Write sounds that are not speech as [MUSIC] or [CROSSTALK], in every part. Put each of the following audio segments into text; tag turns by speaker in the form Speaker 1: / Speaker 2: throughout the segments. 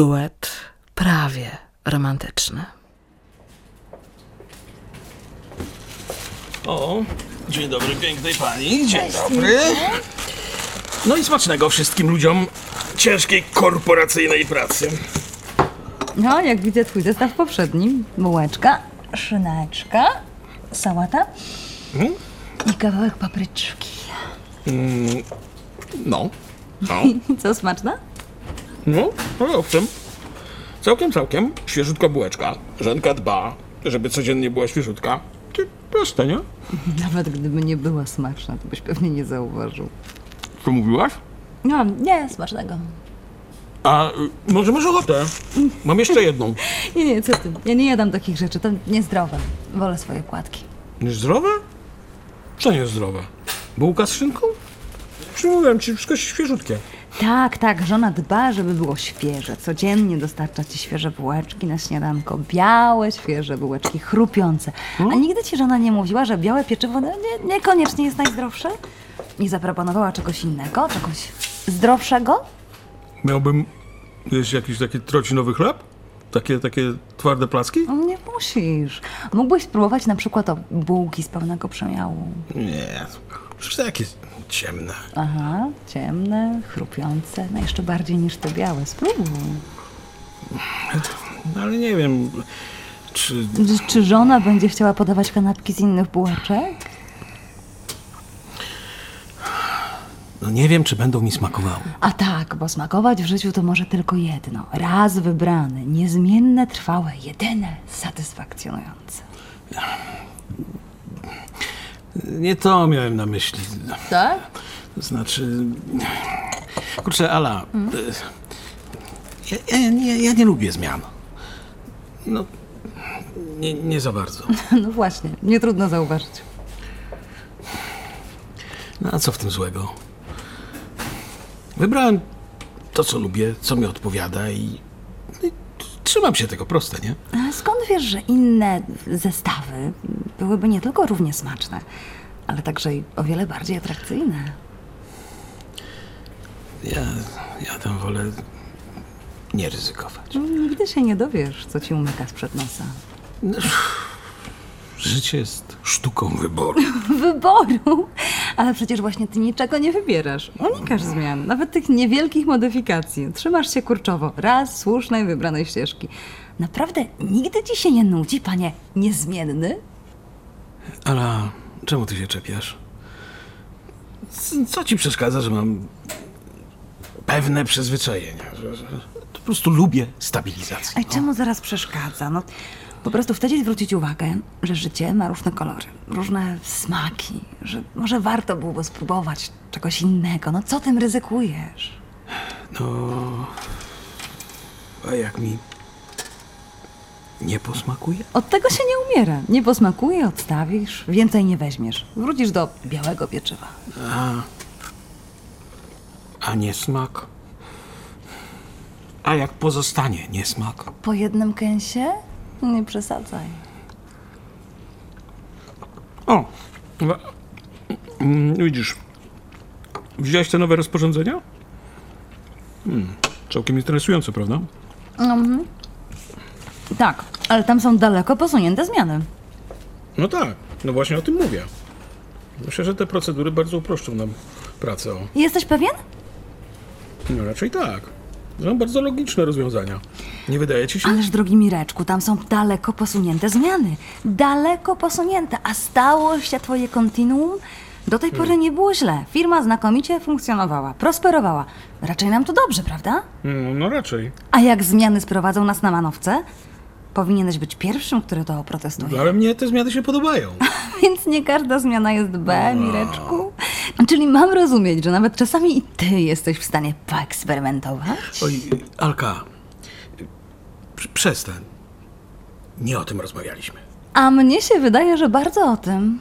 Speaker 1: duet prawie romantyczny.
Speaker 2: O, dzień dobry pięknej pani, dzień dobry. No i smacznego wszystkim ludziom ciężkiej korporacyjnej pracy.
Speaker 3: No, jak widzę twój zestaw poprzedni. Bułeczka, szyneczka, sałata i kawałek papryczki. [LAUGHS]
Speaker 2: No, no,
Speaker 3: Co, smaczna?
Speaker 2: [LAUGHS] no, ale owszem. Całkiem, całkiem świeżutka bułeczka. Żenka dba, żeby codziennie była świeżutka. Ty, Proste, nie?
Speaker 3: Nawet gdyby nie była smaczna, to byś pewnie nie zauważył.
Speaker 2: Co mówiłaś?
Speaker 3: No, nie, smacznego.
Speaker 2: A y, może masz ochotę? Mam jeszcze jedną.
Speaker 3: Nie, nie, co ty? Ja nie jadam takich rzeczy, to niezdrowe. Wolę swoje płatki.
Speaker 2: Niezdrowe? Co niezdrowe? Bułka z szynką? Przymówiłem ci, wszystko świeżutkie.
Speaker 3: Tak, tak, żona dba, żeby było świeże. Codziennie dostarcza ci świeże bułeczki na śniadanko. Białe, świeże bułeczki, chrupiące. A nigdy ci żona nie mówiła, że białe pieczywo no, nie, niekoniecznie jest najzdrowsze? Nie zaproponowała czegoś innego, czegoś zdrowszego?
Speaker 2: Miałbym jeść jakiś taki trocinowy chleb? Takie, takie twarde placki?
Speaker 3: No, Nie musisz. Mógłbyś spróbować na przykład o bułki z pełnego przemiału.
Speaker 2: Nie, przecież takie ciemne.
Speaker 3: Aha, ciemne, chrupiące, no jeszcze bardziej niż te białe. Spróbuj.
Speaker 2: No, Ale nie wiem, czy...
Speaker 3: Czy- Czy żona będzie chciała podawać kanapki z innych bułeczek?
Speaker 2: No nie wiem, czy będą mi smakowały.
Speaker 3: A tak, bo smakować w życiu to może tylko jedno. Raz wybrane, niezmienne, trwałe, jedyne, satysfakcjonujące.
Speaker 2: Nie to miałem na myśli.
Speaker 3: Tak?
Speaker 2: To znaczy... Kurczę, Ala, y, ja, ja, ja, ja nie lubię zmian. No, nie, nie za bardzo.
Speaker 3: [LAUGHS] No właśnie, nie trudno zauważyć.
Speaker 2: No a co w tym złego? Wybrałem to, co lubię, co mi odpowiada i, no i trzymam się tego proste, nie?
Speaker 3: A skąd wiesz, że inne zestawy byłyby nie tylko równie smaczne, ale także i o wiele bardziej atrakcyjne?
Speaker 2: Ja, ja tam wolę nie ryzykować.
Speaker 3: Nigdy się nie dowiesz, co ci umyka sprzed nosa.
Speaker 2: Życie jest sztuką wyboru.
Speaker 3: Wyboru! Ale przecież właśnie ty niczego nie wybierasz. Unikasz zmian, nawet tych niewielkich modyfikacji. Trzymasz się kurczowo, raz słusznej wybranej ścieżki. Naprawdę nigdy ci się nie nudzi, panie niezmienny?
Speaker 2: Ala, czemu ty się czepiasz? C- Co ci przeszkadza, że mam pewne przyzwyczajenia? Że, że po prostu lubię stabilizację.
Speaker 3: A czemu zaraz przeszkadza? No, po prostu wtedy zwrócić uwagę, że życie ma różne kolory, różne smaki, że może warto byłoby spróbować czegoś innego. No co tym ryzykujesz?
Speaker 2: No. A jak mi nie posmakuje?
Speaker 3: Od tego się nie umiera. Nie posmakuje, odstawisz, więcej nie weźmiesz. Wrócisz do białego pieczywa.
Speaker 2: A nie smak? A jak pozostanie niesmak?
Speaker 3: Po jednym kęsie? Nie przesadzaj.
Speaker 2: O! wa- mm, Widzisz. Widziałeś te nowe rozporządzenia? Hmm, całkiem interesujące, prawda?
Speaker 3: Tak, ale tam są daleko posunięte zmiany.
Speaker 2: No tak, no właśnie o tym mówię. Myślę, że te procedury bardzo uproszczą nam pracę. o.
Speaker 3: Jesteś pewien?
Speaker 2: No raczej tak. Są bardzo logiczne rozwiązania. Nie wydaje ci się?
Speaker 3: Ależ drogi Mireczku, tam są daleko posunięte zmiany. Daleko posunięte, a stało się twoje kontinuum? Do tej pory nie było źle. Firma znakomicie funkcjonowała, prosperowała. Raczej nam to dobrze, prawda?
Speaker 2: No, no raczej.
Speaker 3: A jak zmiany sprowadzą nas na manowce? Powinieneś być pierwszym, który to oprotestuje.
Speaker 2: No, ale mnie te zmiany się podobają.
Speaker 3: [LAUGHS] Więc nie każda zmiana jest B, Mireczku. Czyli mam rozumieć, że nawet czasami i ty jesteś w stanie poeksperymentować?
Speaker 2: Oj, Alka, pr- przestań. Nie o tym rozmawialiśmy.
Speaker 3: A mnie się wydaje, że bardzo o tym.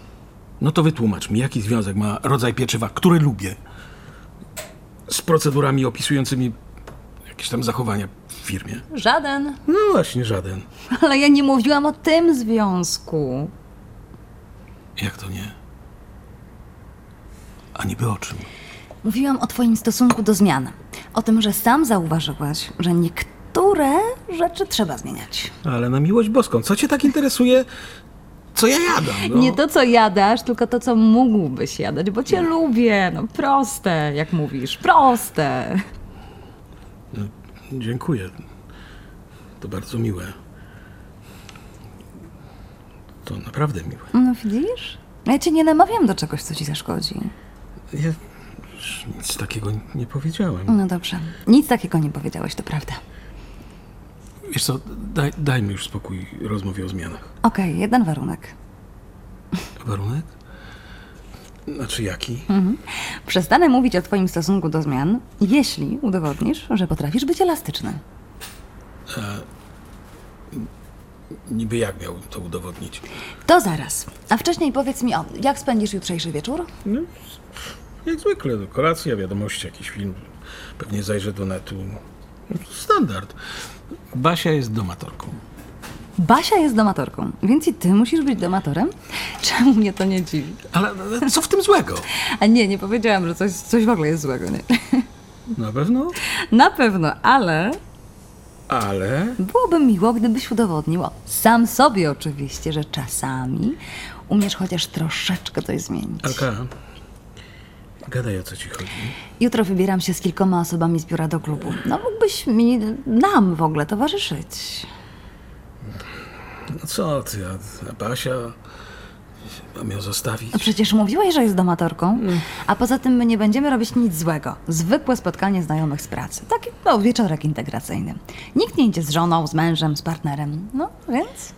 Speaker 2: No to wytłumacz mi, jaki związek ma rodzaj pieczywa, który lubię, z procedurami opisującymi jakieś tam zachowania w firmie?
Speaker 3: Żaden.
Speaker 2: No właśnie, żaden.
Speaker 3: Ale ja nie mówiłam o tym związku.
Speaker 2: Jak to nie? A niby o czym?
Speaker 3: Mówiłam o twoim stosunku do zmian. O tym, że sam zauważyłeś, że niektóre
Speaker 4: które rzeczy trzeba zmieniać.
Speaker 2: Ale na miłość boską, co cię tak interesuje, co ja jadam? No?
Speaker 4: Nie to, co jadasz, tylko to, co mógłbyś jadać, bo cię lubię. No proste, jak mówisz, proste.
Speaker 2: No, Dziękuję. To bardzo miłe. To naprawdę miłe.
Speaker 4: No widzisz? Ja cię nie namawiam do czegoś, co ci zaszkodzi.
Speaker 2: Ja już nic takiego nie powiedziałem.
Speaker 4: No dobrze. Nic takiego nie powiedziałeś, to prawda.
Speaker 2: Wiesz co, daj, dajmy już spokój rozmowie o zmianach.
Speaker 4: Okej, jeden warunek.
Speaker 2: Warunek? Znaczy jaki?
Speaker 4: Przestanę mówić o twoim stosunku do zmian, jeśli udowodnisz, że potrafisz być elastyczny.
Speaker 2: Niby jak miał to udowodnić?
Speaker 4: To zaraz. A wcześniej powiedz mi, o, jak spędzisz jutrzejszy wieczór?
Speaker 2: No, jak zwykle, no, kolacja, wiadomości, jakiś film. Pewnie zajrzę do netu. No, Standard. Basia jest domatorką.
Speaker 4: Basia jest domatorką, więc i ty musisz być domatorem? [LAUGHS] Czemu mnie to nie dziwi?
Speaker 2: Ale ale co w tym złego?
Speaker 4: A nie, nie powiedziałam, że coś, coś w ogóle jest złego, nie? [LAUGHS]
Speaker 2: Na pewno,
Speaker 4: Na pewno, ale
Speaker 2: ale...
Speaker 4: byłoby miło, gdybyś udowodnił, o, sam sobie oczywiście, że czasami umiesz chociaż troszeczkę coś zmienić.
Speaker 2: Alka, gadaj o co ci chodzi.
Speaker 4: Jutro wybieram się z kilkoma osobami z biura do klubu. No mógłbyś mi, nam w ogóle towarzyszyć.
Speaker 2: No co ty, a, a Basia... Mam ją zostawić?
Speaker 4: No przecież mówiłeś, że jest domatorką. A poza tym my nie będziemy robić nic złego. Zwykłe spotkanie znajomych z pracy. Taki, no, wieczorek integracyjny. Nikt nie idzie z żoną, z mężem, z partnerem. No, więc...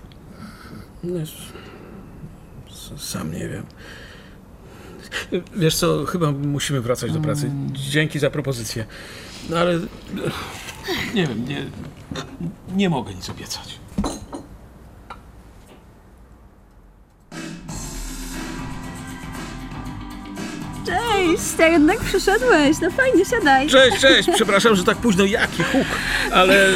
Speaker 2: No, s- s- sam nie wiem. Wiesz co, chyba musimy wracać do pracy. Dzięki za propozycję. No ale nie wiem, nie, nie mogę nic obiecać.
Speaker 3: Cześć, a jednak przyszedłeś, no fajnie, siadaj.
Speaker 2: Cześć, cześć, przepraszam, że tak późno, jaki huk, ale y,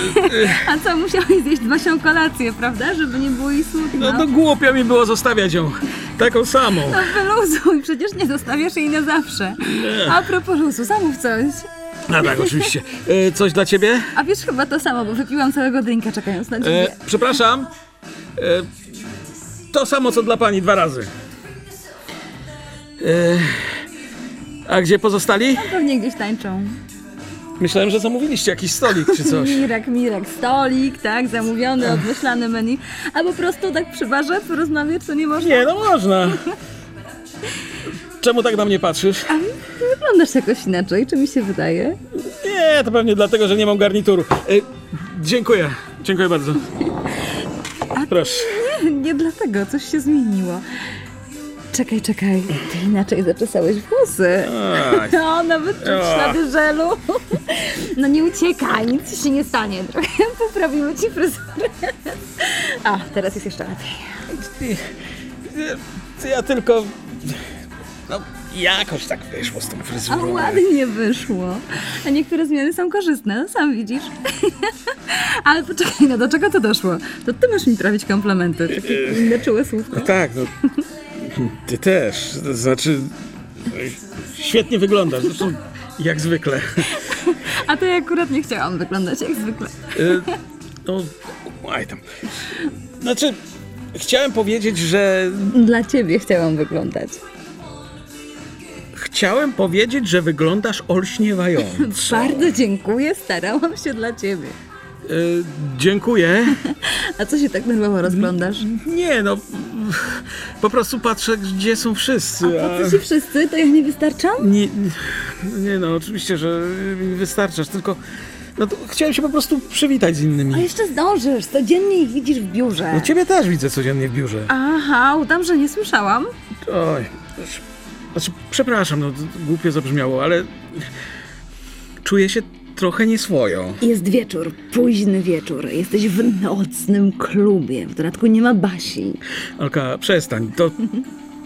Speaker 3: A co, musiałeś zjeść waszą kolację, prawda, żeby nie było jej smutno?
Speaker 2: no, no głupio mi było zostawiać ją taką samą.
Speaker 3: No wyluzuj, przecież nie zostawiasz jej na zawsze. A propos luzu, zamów coś.
Speaker 2: No tak, oczywiście. Y, Coś dla ciebie?
Speaker 3: A wiesz, chyba to samo, bo wypiłam całego drinka czekając na ciebie.
Speaker 2: E, przepraszam. E, to samo co dla pani dwa razy. E, a gdzie pozostali?
Speaker 3: Pewnie gdzieś tańczą.
Speaker 2: Myślałem, że zamówiliście jakiś stolik czy coś.
Speaker 3: Mirek, Mirek, stolik, tak, zamówiony, odmyślany menu. A po prostu tak przy barze porozmawiać, co nie można.
Speaker 2: [LAUGHS] Nie, no można. Czemu tak na mnie patrzysz?
Speaker 3: A wyglądasz jakoś inaczej, czy mi się wydaje?
Speaker 2: Nie, to pewnie dlatego, że nie mam garnituru. E, dziękuję. Dziękuję bardzo. Proszę.
Speaker 3: Nie dlatego, coś się zmieniło. Czekaj, czekaj, ty inaczej zaczesałeś włosy.
Speaker 2: Ach.
Speaker 3: No, nawet czuć
Speaker 2: Ach.
Speaker 3: ślady żelu. [LAUGHS] No nie uciekaj, nic ci się nie stanie. [LAUGHS] Trochę poprawimy ci fryzurę. A, teraz jest jeszcze lepiej.
Speaker 2: Ja tylko... No, jakoś tak wyszło z tą
Speaker 3: A
Speaker 2: fryzurą.
Speaker 3: ładnie wyszło. A niektóre zmiany są korzystne, no sam widzisz. [LAUGHS] Ale poczekaj, no do czego to doszło? To ty masz mi trafić komplementy, takie inne czułe słówko.
Speaker 2: Tak, no. Ty też. To znaczy. Świetnie wyglądasz. Zresztą jak zwykle.
Speaker 3: A to ja akurat nie chciałam wyglądać jak zwykle.
Speaker 2: Y, No, aj tam. Znaczy, chciałem powiedzieć, że.
Speaker 3: Dla ciebie chciałam wyglądać.
Speaker 2: Chciałem powiedzieć, że wyglądasz olśniewająco.
Speaker 3: Bardzo dziękuję, starałam się dla ciebie.
Speaker 2: Y, dziękuję.
Speaker 3: A co się tak nerwowo rozglądasz?
Speaker 2: Nie, no. Po prostu patrzę, gdzie są wszyscy. A
Speaker 3: Co ci wszyscy? To ja nie wystarczam?
Speaker 2: nie, nie, no, oczywiście, że mi wystarczasz, tylko. No, to chciałem się po prostu przywitać z
Speaker 3: A
Speaker 2: innymi.
Speaker 3: jeszcze zdążysz, codziennie ich widzisz w biurze.
Speaker 2: No, ciebie też widzę codziennie w biurze.
Speaker 3: Aha, udam, że nie słyszałam.
Speaker 2: Oj, znaczy- znaczy, przepraszam, no głupio zabrzmiało, ale czuję się trochę nieswojo.
Speaker 3: Jest wieczór, późny wieczór. Jesteś w nocnym klubie. W dodatku nie ma Basi.
Speaker 2: Alka, przestań, to,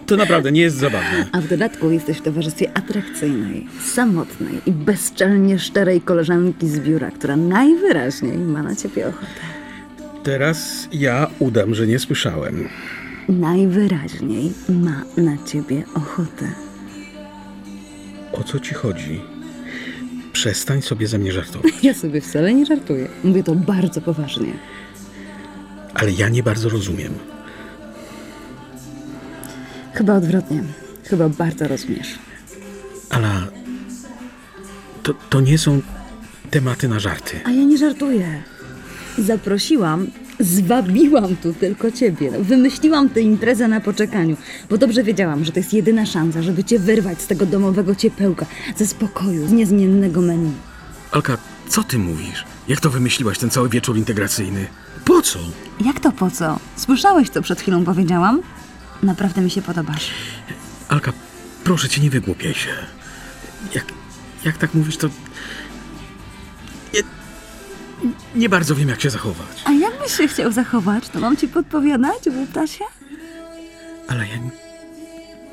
Speaker 2: to naprawdę nie jest zabawne.
Speaker 3: A w dodatku jesteś w towarzystwie atrakcyjnej, samotnej i bezczelnie szczerej koleżanki z biura, która najwyraźniej ma na ciebie ochotę.
Speaker 2: Teraz ja udam, że nie słyszałem.
Speaker 3: Najwyraźniej ma na ciebie ochotę.
Speaker 2: O co ci chodzi? Przestań sobie ze mnie żartować.
Speaker 3: Ja sobie wcale nie żartuję. Mówię to bardzo poważnie.
Speaker 2: Ale ja nie bardzo rozumiem.
Speaker 3: Chyba odwrotnie. Chyba bardzo rozumiesz.
Speaker 2: Ala, to, to nie są tematy na żarty.
Speaker 3: A ja nie żartuję. Zaprosiłam, zwabiłam tu tylko ciebie. No, Wymyśliłam tę imprezę na poczekaniu, bo dobrze wiedziałam, że to jest jedyna szansa, żeby cię wyrwać z tego domowego ciepełka, ze spokoju, z niezmiennego menu.
Speaker 2: Alka, co ty mówisz? Jak to wymyśliłaś, ten cały wieczór integracyjny? Po co?
Speaker 3: Jak to po co? Słyszałeś, co przed chwilą powiedziałam? Naprawdę mi się podobasz.
Speaker 2: Alka, proszę cię, nie wygłupiaj się. Jak, jak tak mówisz, to... Ja nie bardzo wiem, jak się zachować.
Speaker 3: A jakbyś się chciał zachować, to mam ci podpowiadać, Ptasia?
Speaker 2: Ale ja n-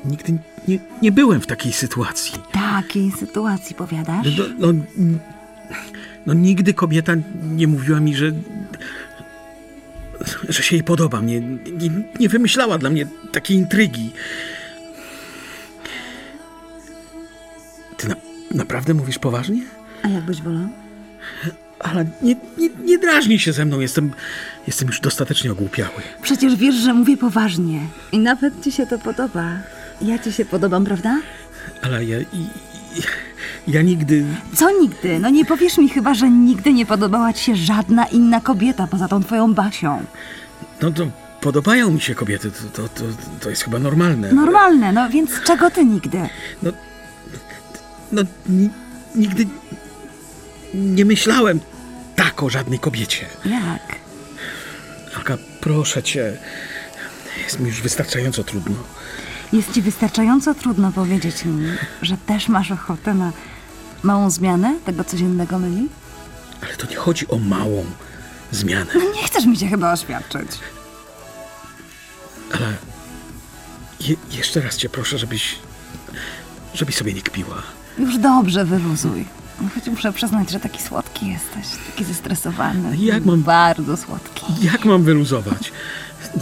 Speaker 2: nigdy nie, nie byłem w takiej sytuacji.
Speaker 3: Takiej sytuacji powiadasz?
Speaker 2: No, no, n- no nigdy kobieta nie mówiła mi, że, że się jej podoba. Nie, nie, nie wymyślała dla mnie takiej intrygi. Ty na, naprawdę mówisz poważnie?
Speaker 3: A jakbyś wolał?
Speaker 2: Ale nie, nie, nie drażnij się ze mną, jestem, jestem już dostatecznie ogłupiały.
Speaker 3: Przecież wiesz, że mówię poważnie. I nawet ci się to podoba. Ja ci się podobam, prawda?
Speaker 2: Ale ja, i- i- ja nigdy...
Speaker 3: Co nigdy? No nie powiesz mi chyba, że nigdy nie podobała ci się żadna inna kobieta poza tą twoją Basią.
Speaker 2: No to podobają mi się kobiety, to, to, to, to jest chyba normalne.
Speaker 3: Normalne, no więc czego ty nigdy?
Speaker 2: No, ni- nigdy nie myślałem tak o żadnej kobiecie.
Speaker 3: Jak?
Speaker 2: Alka, proszę cię, jest mi już wystarczająco trudno.
Speaker 3: Jest ci wystarczająco trudno powiedzieć mi, że też masz ochotę na małą zmianę tego codziennego myli?
Speaker 2: Ale to nie chodzi o małą zmianę.
Speaker 3: No nie chcesz mi się chyba oświadczyć.
Speaker 2: Ale je, jeszcze raz cię proszę, żebyś, żebyś sobie nie kpiła.
Speaker 3: Już dobrze wyluzuj. No Choć muszę przyznać, że taki słodki jesteś, taki zestresowany.
Speaker 2: Jak mam-
Speaker 3: Bardzo słodki.
Speaker 2: Jak mam wyluzować?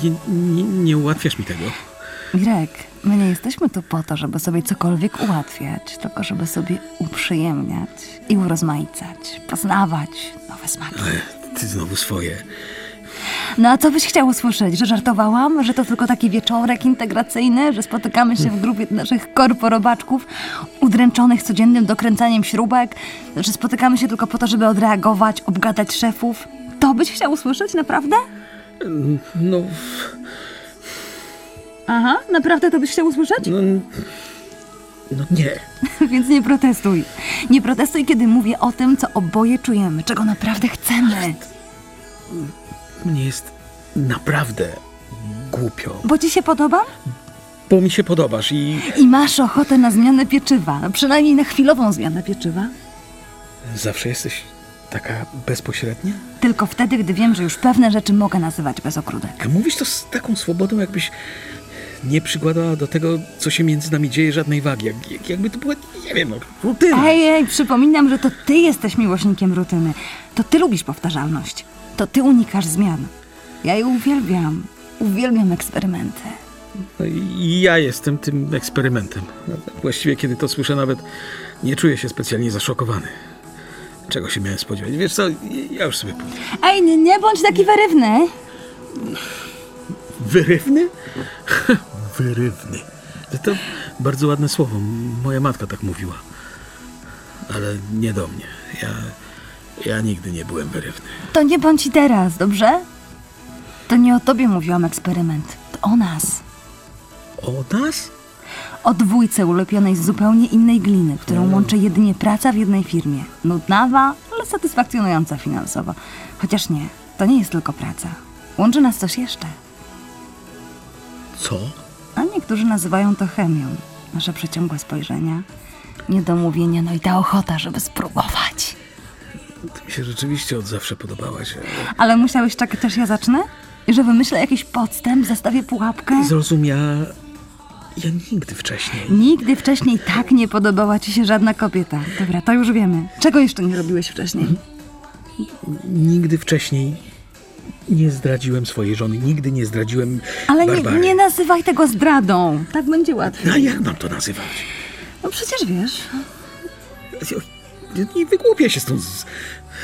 Speaker 2: Nie, nie, nie ułatwiasz mi tego.
Speaker 3: Greg, my nie jesteśmy tu po to, żeby sobie cokolwiek ułatwiać, tylko żeby sobie uprzyjemniać i urozmaicać, poznawać nowe smaki.
Speaker 2: Ale ty znowu swoje.
Speaker 3: No a co byś chciał usłyszeć? Że żartowałam? Że to tylko taki wieczorek integracyjny? Że spotykamy się w grupie naszych korporobaczków udręczonych codziennym dokręcaniem śrubek? Że spotykamy się tylko po to, żeby odreagować, obgadać szefów? To byś chciał usłyszeć, naprawdę?
Speaker 2: No,
Speaker 3: Aha, naprawdę to byś chciał usłyszeć?
Speaker 2: no, no nie.
Speaker 3: [LAUGHS] Więc nie protestuj. Nie protestuj, kiedy mówię o tym, co oboje czujemy, czego naprawdę chcemy.
Speaker 2: Mnie jest naprawdę głupio.
Speaker 3: Bo ci się podobam?
Speaker 2: Bo mi się podobasz i
Speaker 3: I masz ochotę na zmianę pieczywa. Przynajmniej na chwilową zmianę pieczywa.
Speaker 2: zawsze jesteś taka bezpośrednia.
Speaker 3: Tylko wtedy, gdy wiem, że już pewne rzeczy mogę nazywać bez ogródek.
Speaker 2: A mówisz to z taką swobodą, jakbyś nie przykładała do tego, co się między nami dzieje, żadnej wagi. Jak, jak, jakby to była, nie wiem, no, rutyna.
Speaker 3: Ej, ej, przypominam, że to ty jesteś miłośnikiem rutyny. To ty lubisz powtarzalność. To ty unikasz zmian. Ja je uwielbiam. Uwielbiam eksperymenty.
Speaker 2: No i ja jestem tym eksperymentem. No, Właściwie, kiedy to słyszę, nawet nie czuję się specjalnie zaszokowany. Czego się miałem spodziewać? Wiesz co, ja już sobie pójdę.
Speaker 3: Ej, nie, nie bądź taki wyrywny.
Speaker 2: Wyrywny? [LAUGHS] Wyrywny. No To bardzo ładne słowo. Moja matka tak mówiła. Ale nie do mnie. Ja, ja nigdy nie byłem wyrywny.
Speaker 3: To nie bądź i teraz, dobrze? To nie o tobie mówiłam eksperyment. To o nas.
Speaker 2: O nas?
Speaker 3: O dwójce ulepionej z zupełnie innej gliny, którą łączy jedynie praca w jednej firmie. Nudnawa, ale satysfakcjonująca finansowo. Chociaż nie, to nie jest tylko praca. Łączy nas coś jeszcze.
Speaker 2: Co?
Speaker 3: A niektórzy nazywają to chemią. Nasze przeciągłe spojrzenia, niedomówienia, no i ta ochota, żeby spróbować.
Speaker 2: Ty mi się rzeczywiście od zawsze podobałaś.
Speaker 3: Ale musiałeś czekać, aż ja zacznę? I że wymyślę jakiś podstęp, zastawię pułapkę?
Speaker 2: Zrozumiała. Ja nigdy wcześniej.
Speaker 3: Nigdy wcześniej tak nie podobała ci się żadna kobieta. Dobra, to już wiemy. Czego jeszcze nie robiłeś wcześniej?
Speaker 2: Nigdy wcześniej nie zdradziłem swojej żony. Nigdy nie zdradziłem
Speaker 3: Ale nie,
Speaker 2: Barbary. No
Speaker 3: nie nazywaj tego zdradą. Tak będzie łatwiej.
Speaker 2: A jak mam to nazywać?
Speaker 3: No przecież wiesz.
Speaker 2: i- i wygłupia się z tą z,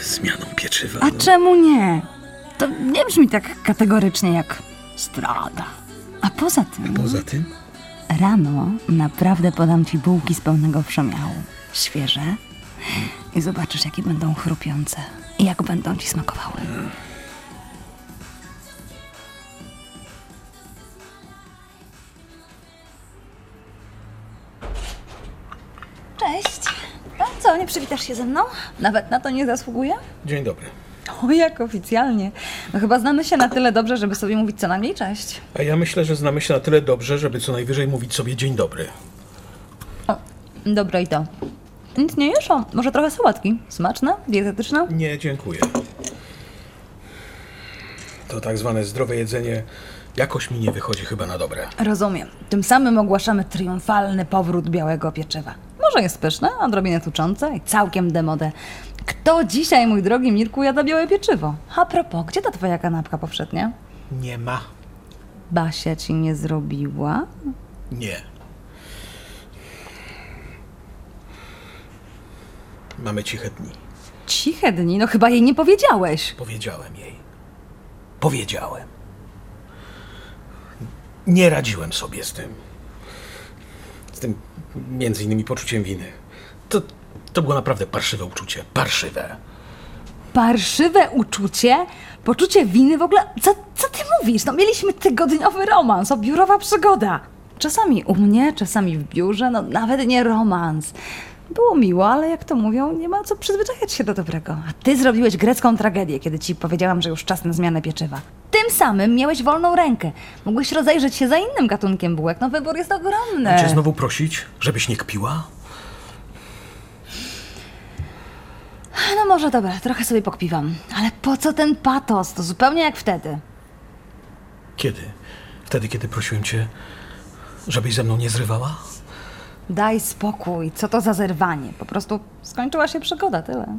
Speaker 2: zmianą pieczywa.
Speaker 3: A
Speaker 2: no.
Speaker 3: czemu nie? To nie brzmi tak kategorycznie jak strada. A poza tym,
Speaker 2: Poza tym?
Speaker 3: rano naprawdę podam ci bułki z pełnego przemiału. Świeże. I zobaczysz, jakie będą chrupiące. I jak będą ci smakowały.
Speaker 4: Cześć.
Speaker 3: No
Speaker 4: A co, nie przywitasz się ze mną?
Speaker 3: Nawet na to nie zasługuje?
Speaker 2: Dzień dobry.
Speaker 3: O, jak oficjalnie. No chyba znamy się na tyle dobrze, żeby sobie mówić co najmniej cześć.
Speaker 2: A ja myślę, że znamy się na tyle dobrze, żeby co najwyżej mówić sobie dzień dobry.
Speaker 3: O, dobre i to. Nic nie jesz? O, Może trochę sałatki? Smaczne? Dietetyczne?
Speaker 2: Nie, dziękuję. To tak zwane zdrowe jedzenie jakoś mi nie wychodzi chyba na dobre.
Speaker 3: Rozumiem. Tym samym ogłaszamy triumfalny powrót białego pieczywa. Może jest pyszne, odrobinę tuczące i całkiem demodę. Kto dzisiaj, mój drogi Mirku, jada białe pieczywo? A propos, gdzie ta twoja kanapka powszednia?
Speaker 2: Nie ma.
Speaker 3: Basia ci nie zrobiła?
Speaker 2: Nie. Mamy ciche dni.
Speaker 3: Ciche dni, no chyba jej nie powiedziałeś.
Speaker 2: Powiedziałem jej. Powiedziałem. Nie radziłem sobie z tym. Z tym między innymi poczuciem winy. To, to było naprawdę parszywe uczucie. Parszywe.
Speaker 3: Parszywe uczucie, poczucie winy w ogóle. Co, co ty mówisz? No mieliśmy tygodniowy romans, o biurowa przygoda. Czasami u mnie, czasami w biurze, no nawet nie romans. Było miło, ale jak to mówią, nie ma co przyzwyczajać się do dobrego. A ty zrobiłeś grecką tragedię, kiedy ci powiedziałam, że już czas na zmianę pieczywa. Tym samym miałeś wolną rękę. Mogłeś rozejrzeć się za innym gatunkiem bułek. No wybór jest ogromny.
Speaker 2: Cię Znaczy, znowu prosić, żebyś nie kpiła?
Speaker 3: No może dobra, trochę sobie pokpiwam. Ale po co ten patos? To zupełnie jak wtedy.
Speaker 2: Kiedy? Wtedy, kiedy prosiłem cię, żebyś ze mną nie zrywała?
Speaker 3: Daj spokój, co to za zerwanie? Po prostu skończyła się przygoda, tyle.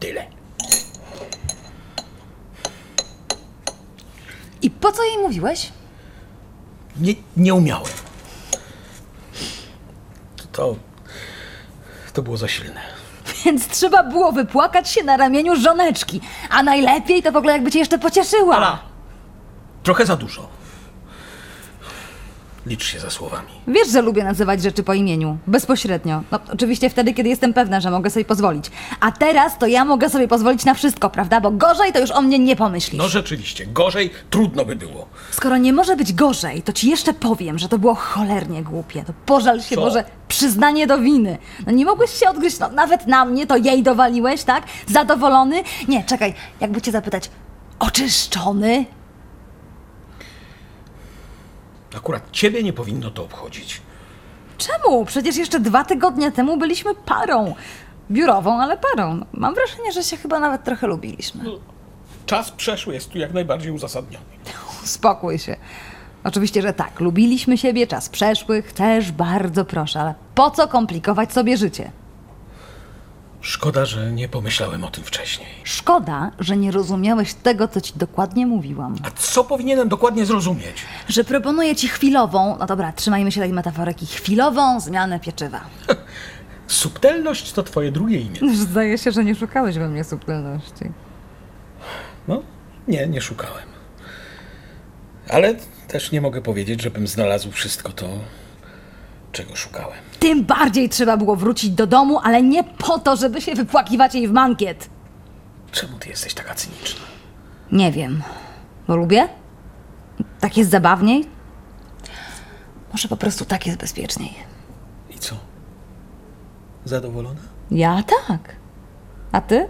Speaker 2: Tyle.
Speaker 3: I po co jej mówiłeś? [LAUGHS]
Speaker 2: Nie, nie umiałem. To. To było za silne.
Speaker 3: Więc trzeba było wypłakać się na ramieniu żoneczki. A najlepiej to w ogóle jakby cię jeszcze pocieszyła.
Speaker 2: Trochę za dużo. Licz się za słowami.
Speaker 3: Wiesz, że lubię nazywać rzeczy po imieniu, bezpośrednio. No, oczywiście wtedy, kiedy jestem pewna, że mogę sobie pozwolić. A teraz to ja mogę sobie pozwolić na wszystko, prawda? Bo gorzej to już o mnie nie pomyślisz.
Speaker 2: No rzeczywiście, gorzej trudno by było.
Speaker 3: Skoro nie może być gorzej, to ci jeszcze powiem, że to było cholernie głupie. To pożal się
Speaker 2: Co?
Speaker 3: Boże, przyznanie do winy. No nie mogłeś się odgryźć, no nawet na mnie, to jej dowaliłeś, tak? Zadowolony? Nie, czekaj, jakby cię zapytać, oczyszczony?
Speaker 2: Akurat ciebie nie powinno to obchodzić.
Speaker 3: Czemu? Przecież jeszcze dwa tygodnie temu byliśmy parą. Biurową, ale parą. No, Mam wrażenie, że się chyba nawet trochę lubiliśmy.
Speaker 2: Czas przeszły jest tu jak najbardziej uzasadniony.
Speaker 3: Uspokój się. Oczywiście, że tak, lubiliśmy siebie, czas przeszłych, też bardzo proszę, ale po co komplikować sobie życie?
Speaker 2: Szkoda, że nie pomyślałem o tym wcześniej.
Speaker 3: Szkoda, że nie rozumiałeś tego, co ci dokładnie mówiłam.
Speaker 2: A co powinienem dokładnie zrozumieć?
Speaker 3: Że proponuję ci chwilową, no dobra, trzymajmy się tej metaforyki, chwilową zmianę pieczywa.
Speaker 2: Subtelność to twoje drugie imię.
Speaker 3: Zdaje się, że nie szukałeś we mnie subtelności.
Speaker 2: No, nie, nie szukałem. Ale też nie mogę powiedzieć, żebym znalazł wszystko to, czego szukałem.
Speaker 3: Tym bardziej trzeba było wrócić do domu, ale nie po to, żeby się wypłakiwać jej w mankiet.
Speaker 2: Czemu ty jesteś taka cyniczna?
Speaker 3: Nie wiem, bo lubię? Tak jest zabawniej? Może po prostu tak jest bezpieczniej.
Speaker 2: I co? Zadowolona?
Speaker 3: Ja tak. A ty?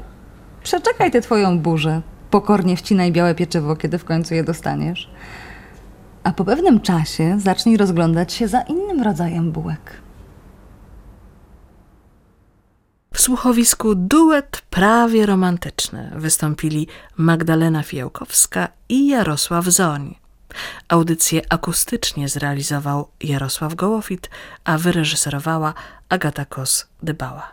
Speaker 3: Przeczekaj tę twoją burzę. Pokornie wcinaj białe pieczywo, kiedy w końcu je dostaniesz. A po pewnym czasie zacznij rozglądać się za innym rodzajem bułek.
Speaker 1: W słuchowisku duet prawie romantyczny wystąpili Magdalena Fijałkowska i Jarosław Zoń. Audycję akustycznie zrealizował Jarosław Gołofit, a wyreżyserowała Agata Kos-Dybała.